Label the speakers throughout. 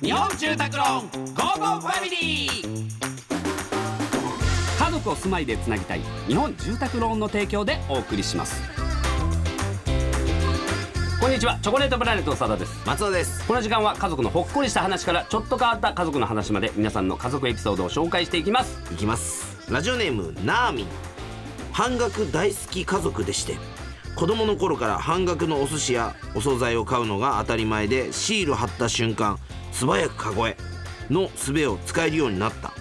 Speaker 1: 日本住宅ローンゴーゴーファミリー家族を住まいでつなぎたい日本住宅ローンの提供でお送りしますこんにちはチョコレートプラネットの佐田です
Speaker 2: 松尾です
Speaker 1: この時間は家族のほっこりした話からちょっと変わった家族の話まで皆さんの家族エピソードを紹介していきます
Speaker 2: いきますラジオネームなーみん半額大好き家族でして子供の頃から半額のお寿司やお惣菜を買うのが当たり前でシール貼った瞬間素早くカゴへの術を使えるようになった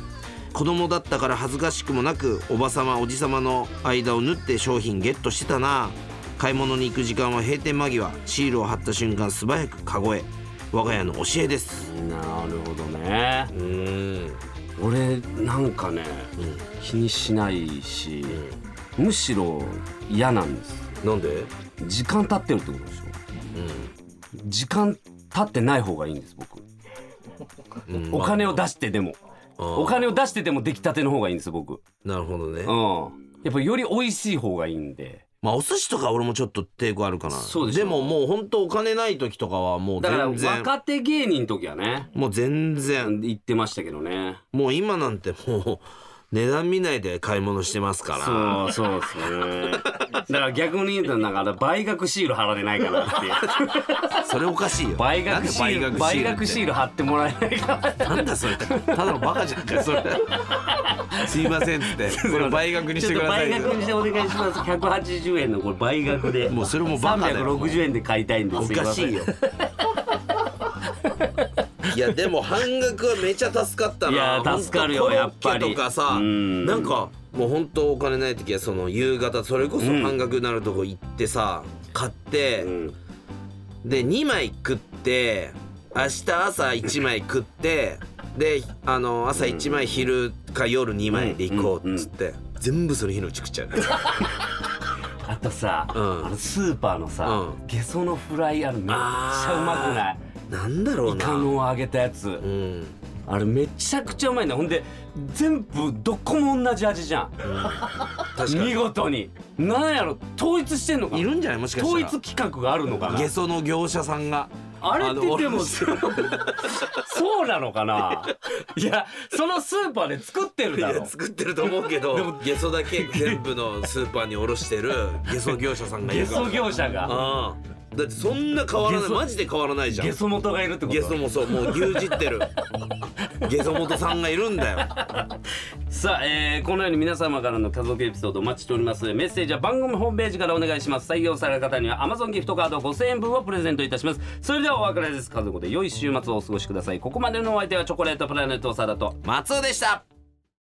Speaker 2: 子供だったから恥ずかしくもなくおばさまおじさまの間を縫って商品ゲットしてたな買い物に行く時間は閉店間際シールを貼った瞬間素早くカゴへ我が家の教えです
Speaker 1: なるほどね
Speaker 2: うーん
Speaker 1: 俺なんかね
Speaker 2: う
Speaker 1: 気にしないしむしろ嫌なんです
Speaker 2: んなんで
Speaker 1: 時間経ってるってことでしょ時間経ってない方がいいんです僕
Speaker 2: うん、うん
Speaker 1: お金を出してでもお金を出してでも出来たての方がいいんです僕
Speaker 2: なるほどね
Speaker 1: うんやっぱより美味しい方がいいんで
Speaker 2: まあお寿司とか俺もちょっと抵抗あるかな
Speaker 1: そうでしょ
Speaker 2: ももうほんとお金ない時とかはもう
Speaker 1: だから
Speaker 2: 全然
Speaker 1: 若手芸人の時はね
Speaker 2: もう全然
Speaker 1: 言ってましたけどね
Speaker 2: もう今なんてもう値段見ないで買い物してますから
Speaker 1: そうそうですね だから逆に言うとなんか倍額シール貼られないかなっていう
Speaker 2: それおかしいよ
Speaker 1: 倍額シー
Speaker 2: なん
Speaker 1: ル
Speaker 2: で
Speaker 1: 倍額シー
Speaker 2: ル
Speaker 1: ル貼ってもらえないかな
Speaker 2: ってなんだそれただのバカじゃんか それすいませんっつってこれ倍額に
Speaker 1: ち
Speaker 2: し
Speaker 1: ょっ
Speaker 2: てく
Speaker 1: と
Speaker 2: ださ
Speaker 1: 倍
Speaker 2: いよ
Speaker 1: 額にしてお願いします180円のこれ倍額で
Speaker 2: もうそれもバカだよ
Speaker 1: 360円で買いたいんで
Speaker 2: お
Speaker 1: すいま
Speaker 2: か
Speaker 1: せ
Speaker 2: し
Speaker 1: ん
Speaker 2: いよいやでも半額はめちゃ助かったない
Speaker 1: や助かるよ
Speaker 2: ほんと
Speaker 1: やっぱり
Speaker 2: コロッケとかさ
Speaker 1: うん
Speaker 2: なんかもう本当お金ない時はその夕方それこそ半額になるとこ行ってさ買って、
Speaker 1: うん
Speaker 2: で2枚食って明日朝1枚食ってであの朝1枚昼か夜2枚で行こうっつって、全部その日のうち食っちゃう
Speaker 1: あとさ、
Speaker 2: うん
Speaker 1: あのスーパーのさ、
Speaker 2: う
Speaker 1: ゲソのフライあるめっちゃうまくない
Speaker 2: なんだろ
Speaker 1: イ
Speaker 2: うな
Speaker 1: カの揚げたやつ、
Speaker 2: うん、うん
Speaker 1: あれめちゃくちゃうまいんだほんで全部どこも同じ味じゃん
Speaker 2: 確か
Speaker 1: 見
Speaker 2: に
Speaker 1: 事になんやろ統一してんのかない
Speaker 2: るんじゃないもしかした
Speaker 1: 統
Speaker 2: ら
Speaker 1: 一企画があるのかな
Speaker 2: ゲソの業者さんが
Speaker 1: あれってで
Speaker 2: あ
Speaker 1: も
Speaker 2: の
Speaker 1: そう そうなのかないやそのスーパーで作ってる
Speaker 2: い
Speaker 1: だ
Speaker 2: や
Speaker 1: ろ
Speaker 2: 作ってると思うけ
Speaker 1: で
Speaker 2: ど
Speaker 1: も
Speaker 2: ゲソだけ全部のスーパーに卸してるゲソ業者さんがい
Speaker 1: ゲ
Speaker 2: るから
Speaker 1: ソ業者が
Speaker 2: ああだってそんな変わらな
Speaker 1: ゲ
Speaker 2: い
Speaker 1: ソ
Speaker 2: マジで変わらないじゃん
Speaker 1: ゲソ元がいるってこ
Speaker 2: ゲソ
Speaker 1: と
Speaker 2: もそうもう牛耳っ てるゲソ元さんがいるんだよ
Speaker 1: さあ、えーこのように皆様からの家族エピソードお待ちしておりますメッセージは番組ホームページからお願いします採用された方には Amazon ギフトカード5000円分をプレゼントいたしますそれではお別れです家族で良い週末をお過ごしくださいここまでのお相手はチョコレートプラネット長田と
Speaker 2: 松尾でした